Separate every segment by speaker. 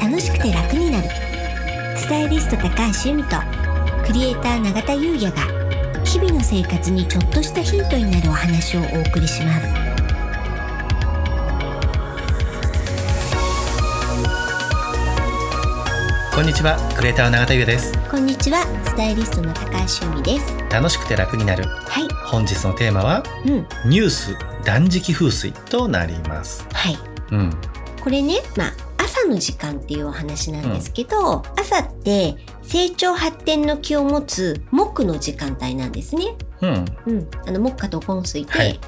Speaker 1: 楽しくて楽になるスタイリスト高橋由美とクリエイター永田優也が日々の生活にちょっとしたヒントになるお話をお送りします
Speaker 2: こんにちはクリエイターの永田優也です
Speaker 1: こんにちはスタイリストの高橋由美です
Speaker 2: 楽しくて楽になる
Speaker 1: はい
Speaker 2: 本日のテーマは
Speaker 1: うん
Speaker 2: ニュース断食風水となります
Speaker 1: はい
Speaker 2: うん
Speaker 1: これね、まあ、朝の時間っていうお話なんですけど、朝って成長発展の気を持つ木の時間帯なんですね。
Speaker 2: うん
Speaker 1: うん、あの木下と金水で、は
Speaker 2: はいい、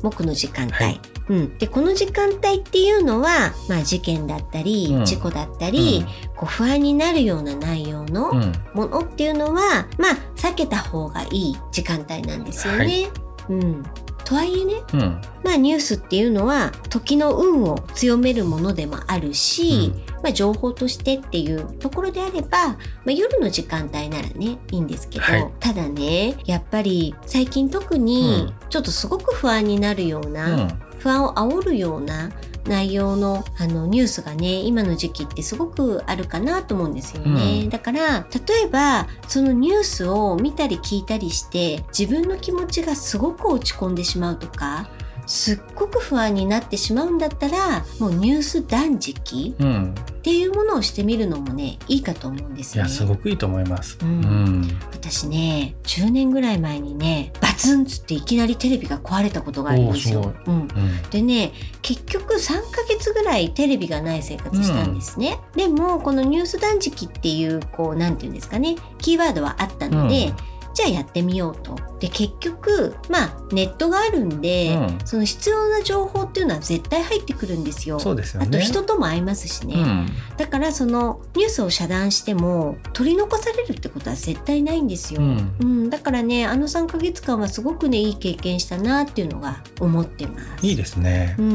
Speaker 1: 木の時間帯。
Speaker 2: はい
Speaker 1: うん、でこの時間帯っていうのは、まあ、事件だったり、
Speaker 2: うん
Speaker 1: 事故だったり、こう不安になるような内容
Speaker 2: う
Speaker 1: の
Speaker 2: ん
Speaker 1: ものっていうのは、まあ避けた方がいい時間帯なんですよね。
Speaker 2: はい
Speaker 1: うん、とはいえね
Speaker 2: うん
Speaker 1: まあ、ニュースっていうのは時の運を強めるものでもあるし、まあ、情報としてっていうところであれば、まあ、夜の時間帯ならねいいんですけど、
Speaker 2: はい
Speaker 1: ただねやっぱり最近特にちょっとすごく不安になるよう
Speaker 2: う
Speaker 1: な、
Speaker 2: ん
Speaker 1: 不安を煽るような内容のあのニュースがね今の時期ってすごくあるかなと思うんですよね、
Speaker 2: うん
Speaker 1: だから例えばそのニュースを見たり聞いたりして自分の気持ちがすごく落ち込んでしまうとかすっごく不安になってしまうんだったらもうニュース断食
Speaker 2: うん
Speaker 1: っていうものをしてみるのもねいいかと思うんです
Speaker 2: い
Speaker 1: よ
Speaker 2: や
Speaker 1: ね。
Speaker 2: すごくいいと思います
Speaker 1: う
Speaker 2: うんん
Speaker 1: 私ね10年ぐらい前にねバツンつっていきなりテレビが壊れたことがあるんです
Speaker 2: お
Speaker 1: よう
Speaker 2: ー。
Speaker 1: ん
Speaker 2: うん
Speaker 1: でね結局3ヶ月ぐらいテレビがない生活したんですね、でもこのニュース断食っていうこうなんていうんですかねキーワードはあったので、じゃあやってみようとで結局まあネットがあるんで、
Speaker 2: うん
Speaker 1: その必要な情報っていうのは絶対入ってくるんですよ
Speaker 2: そうですよ
Speaker 1: あ
Speaker 2: ね
Speaker 1: と人とも会いますしね、
Speaker 2: うん
Speaker 1: だからそのニュースを遮断しても取り残されるってことは絶対ないんですよ、
Speaker 2: う
Speaker 1: うん
Speaker 2: ん
Speaker 1: だからねあの3ヶ月間はすごくねいい経験したなっていうのが思ってます。
Speaker 2: いいですね
Speaker 1: う
Speaker 2: うん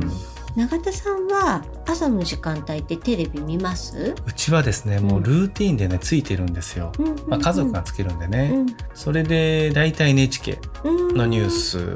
Speaker 2: ん
Speaker 1: 永田さんは朝の時間帯ってテレビ見ます、
Speaker 2: うちはですねもうルーティンでねついてるんですよ
Speaker 1: うんうんうん
Speaker 2: まあ家族がつけるんでね
Speaker 1: うん
Speaker 2: それで大体 NHK
Speaker 1: うん
Speaker 2: のニュー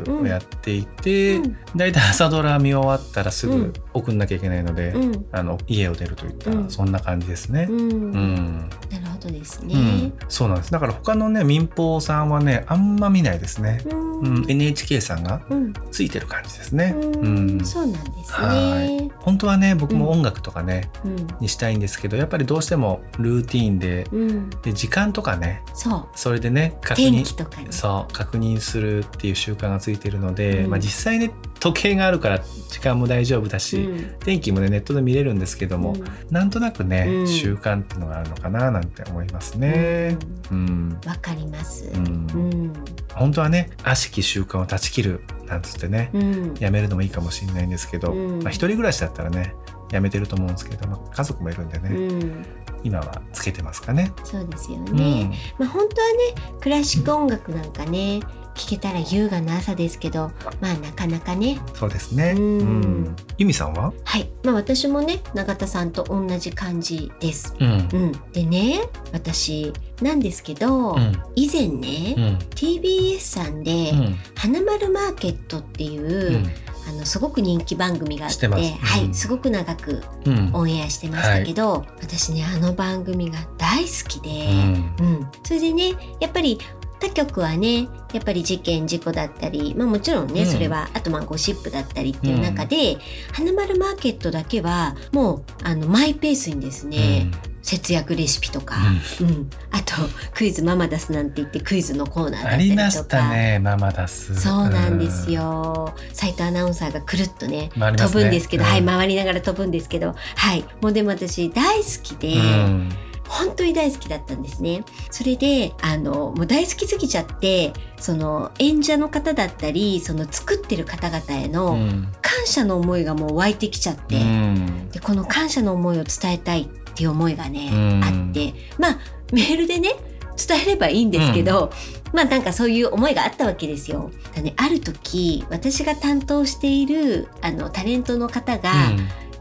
Speaker 2: スをやっていて、
Speaker 1: うん
Speaker 2: だいたい朝ドラ見終わったらす
Speaker 1: うん
Speaker 2: ぐ送んなきゃいけないので、
Speaker 1: うん
Speaker 2: あの家を出るといった、
Speaker 1: うん
Speaker 2: そんな感じですね
Speaker 1: う。ん
Speaker 2: うん、うん
Speaker 1: なるほどですね。
Speaker 2: そうなんですだから他のね民放さんはねあんま見ないですね、
Speaker 1: うん
Speaker 2: うん、NHK さんが
Speaker 1: うん
Speaker 2: ついてる感じですね、
Speaker 1: う
Speaker 2: うん
Speaker 1: んそうなんです
Speaker 2: は
Speaker 1: ね。
Speaker 2: 本当はね僕も音楽とかね、
Speaker 1: うん
Speaker 2: にしたいんですけどやっぱりどうしてもルーティーンで
Speaker 1: うん
Speaker 2: で時間とかね
Speaker 1: そう
Speaker 2: それでね確
Speaker 1: 天
Speaker 2: 認
Speaker 1: 気とかね。
Speaker 2: そう確認するっていう習慣がついてるので、
Speaker 1: うん
Speaker 2: まあ、実際ね時計があるから時間も大丈夫だし、
Speaker 1: うん
Speaker 2: 天気もねネットで見れるんですけども、
Speaker 1: うん
Speaker 2: なんとなくね、
Speaker 1: うん
Speaker 2: 習慣っていうのがあるのかななんて思いますね。うん、
Speaker 1: わかります
Speaker 2: う。ん
Speaker 1: うん
Speaker 2: 本当はね悪しき習慣を断ち切るなんつってね、
Speaker 1: うん
Speaker 2: やめるのもいいかもしれないんですけど、
Speaker 1: うん
Speaker 2: まあ、一人暮らしだったらねやめてると思うんですけど、まあ、家族もいるんで
Speaker 1: う
Speaker 2: ね、
Speaker 1: ん
Speaker 2: 今はつけてますかね。
Speaker 1: そうですよ
Speaker 2: うん
Speaker 1: ね。まあ、本当はねクラシック音楽なんかね聴けたら優雅な朝ですけどまあなかなかね
Speaker 2: そうですね。
Speaker 1: うん
Speaker 2: うん由美さんは、
Speaker 1: はいまあ私もね永田さんと同じ感じです。
Speaker 2: うん
Speaker 1: うん、でね私なんですけど、
Speaker 2: うん
Speaker 1: 以前ね、
Speaker 2: うん
Speaker 1: TBS さんで
Speaker 2: うん
Speaker 1: 「花丸マーケット」っていう、あのすごく人気番組があっ
Speaker 2: しててます
Speaker 1: は
Speaker 2: う
Speaker 1: い、
Speaker 2: ん
Speaker 1: すごく長く
Speaker 2: うんうん
Speaker 1: オンエアしてましたけど、私ねあの番組が大好きで。
Speaker 2: うん
Speaker 1: うん、それでねやっぱり他局はねやっぱり事件事故だったり、まあ、もちろんね、
Speaker 2: うん
Speaker 1: それはあとまあゴシップだったりっていう中で、花丸マーケットだけはもうあのマイペースにですね、節約レシピとか、うんあとクイズママ出すなんて言ってクイズのコーナーだった
Speaker 2: あ
Speaker 1: り
Speaker 2: り
Speaker 1: とか
Speaker 2: ましたねママダス。
Speaker 1: そうなんですよ斉藤アナウンサーがくるっとね
Speaker 2: 回ります
Speaker 1: 飛
Speaker 2: ね
Speaker 1: ぶんですけど、はい
Speaker 2: うん
Speaker 1: 回りながら飛ぶんですけどはいもうでも私大好きで。
Speaker 2: うん。
Speaker 1: 本当に大好きだったんですね。それで、あの、もう大好きすぎちゃって、その演者の方だったり、その作ってる方々へ
Speaker 2: う
Speaker 1: の
Speaker 2: ん
Speaker 1: 感謝の思いがもう湧いてきちゃって、
Speaker 2: うん
Speaker 1: で、この感謝の思いを伝えたいっていう思いがね、
Speaker 2: うん
Speaker 1: あって、まあ、メールでね、伝えればいいんですけど、まあなんかそういう思いがあったわけですよ。だね、ある時、私が担当している、あの、タレントの方が、
Speaker 2: う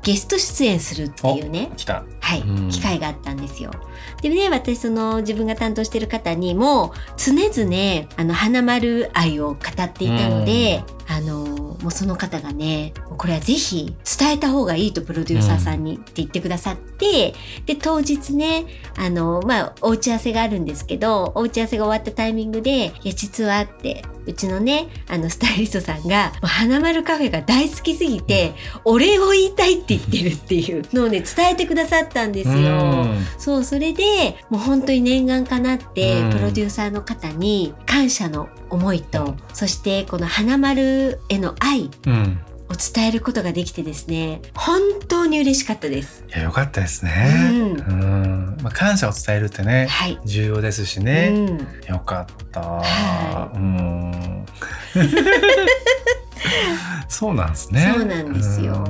Speaker 1: ゲスト出演するっていうね、
Speaker 2: ん来た。
Speaker 1: はい、
Speaker 2: うん
Speaker 1: 機会があったんですよ。でね私その自分が担当してる方にも常々あの花丸愛を語っていたので、あのもうその方がねこれはぜひ伝えた方がいいとプロデューサーさんにって言ってくださって、で当日ねあのまあお打ち合わせがあるんですけどお打ち合わせが終わったタイミングで「いや実は」ってうちのねあのスタイリストさんが「花丸カフェが大好きすぎてお礼を言いたいって言ってる」っていうのをね伝えてくださったんですよ。そうそれでもう本当に念願かなって、
Speaker 2: うん
Speaker 1: プロデューサーの方に感謝の思いと、
Speaker 2: うん
Speaker 1: そしてこの花丸への愛
Speaker 2: うんうん
Speaker 1: を伝えることができてですね本当に嬉しかったです。
Speaker 2: いや良かったですね。
Speaker 1: うん
Speaker 2: うんまあ、感謝を伝えるってね
Speaker 1: はい、
Speaker 2: 重要ですしね。
Speaker 1: うん
Speaker 2: 良かった。
Speaker 1: は
Speaker 2: うん。 そうなんですね。
Speaker 1: そうなんですよ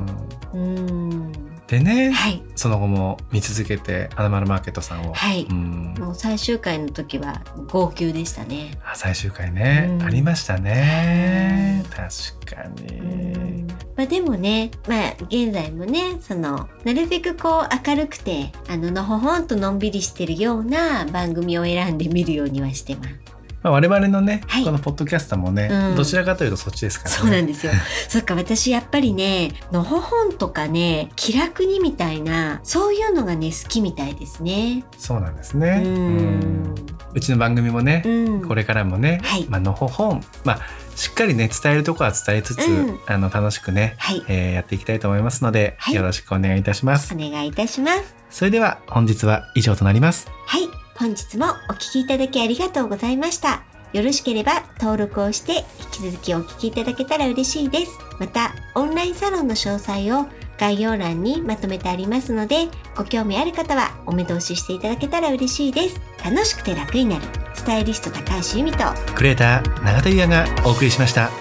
Speaker 2: うん
Speaker 1: うん
Speaker 2: でね、
Speaker 1: はい
Speaker 2: その後も見続けてアナマルマーケットさんを。
Speaker 1: はい
Speaker 2: うん
Speaker 1: もう最終回の時は号泣でしたね。
Speaker 2: あ最終回ね、
Speaker 1: うん
Speaker 2: ありましたね確か
Speaker 1: う
Speaker 2: に
Speaker 1: んまあ、でもね、まあ、現在もねそのなるべくこう明るくてあののほほんとのんびりしてるような番組を選んで見るようにはしてます。
Speaker 2: まあ、我々のね、
Speaker 1: はい
Speaker 2: このポッドキャスターもね、
Speaker 1: うん
Speaker 2: どちらかというとそっちですからね
Speaker 1: そうなんですよ。そっか、私やっぱりね、のほほんとかね、気楽にみたいな、そういうのがね、好きみたいですね。
Speaker 2: そうなんです
Speaker 1: う
Speaker 2: ねうん
Speaker 1: ん。
Speaker 2: うちの番組もね、
Speaker 1: うん。
Speaker 2: これからもね、
Speaker 1: はい
Speaker 2: まあのほほんまあしっかりね伝えるとこは伝えつつ、
Speaker 1: うん
Speaker 2: あの楽しくね、
Speaker 1: はい。
Speaker 2: えーやっていきたいと思いますので、
Speaker 1: はい
Speaker 2: よろしくお願いいたします
Speaker 1: お願いいたします。
Speaker 2: それでは本日は以上となります
Speaker 1: はい。本日もお聞きいただきありがとうございました。よろしければ登録をして引き続きお聞きいただけたら嬉しいです。また、オンラインサロンの詳細を概要欄にまとめてありますので、ご興味ある方はお目通ししていただけたら嬉しいです。楽しくて楽になる。スタイリスト高橋由美と
Speaker 2: クレーター永田優也がお送りしました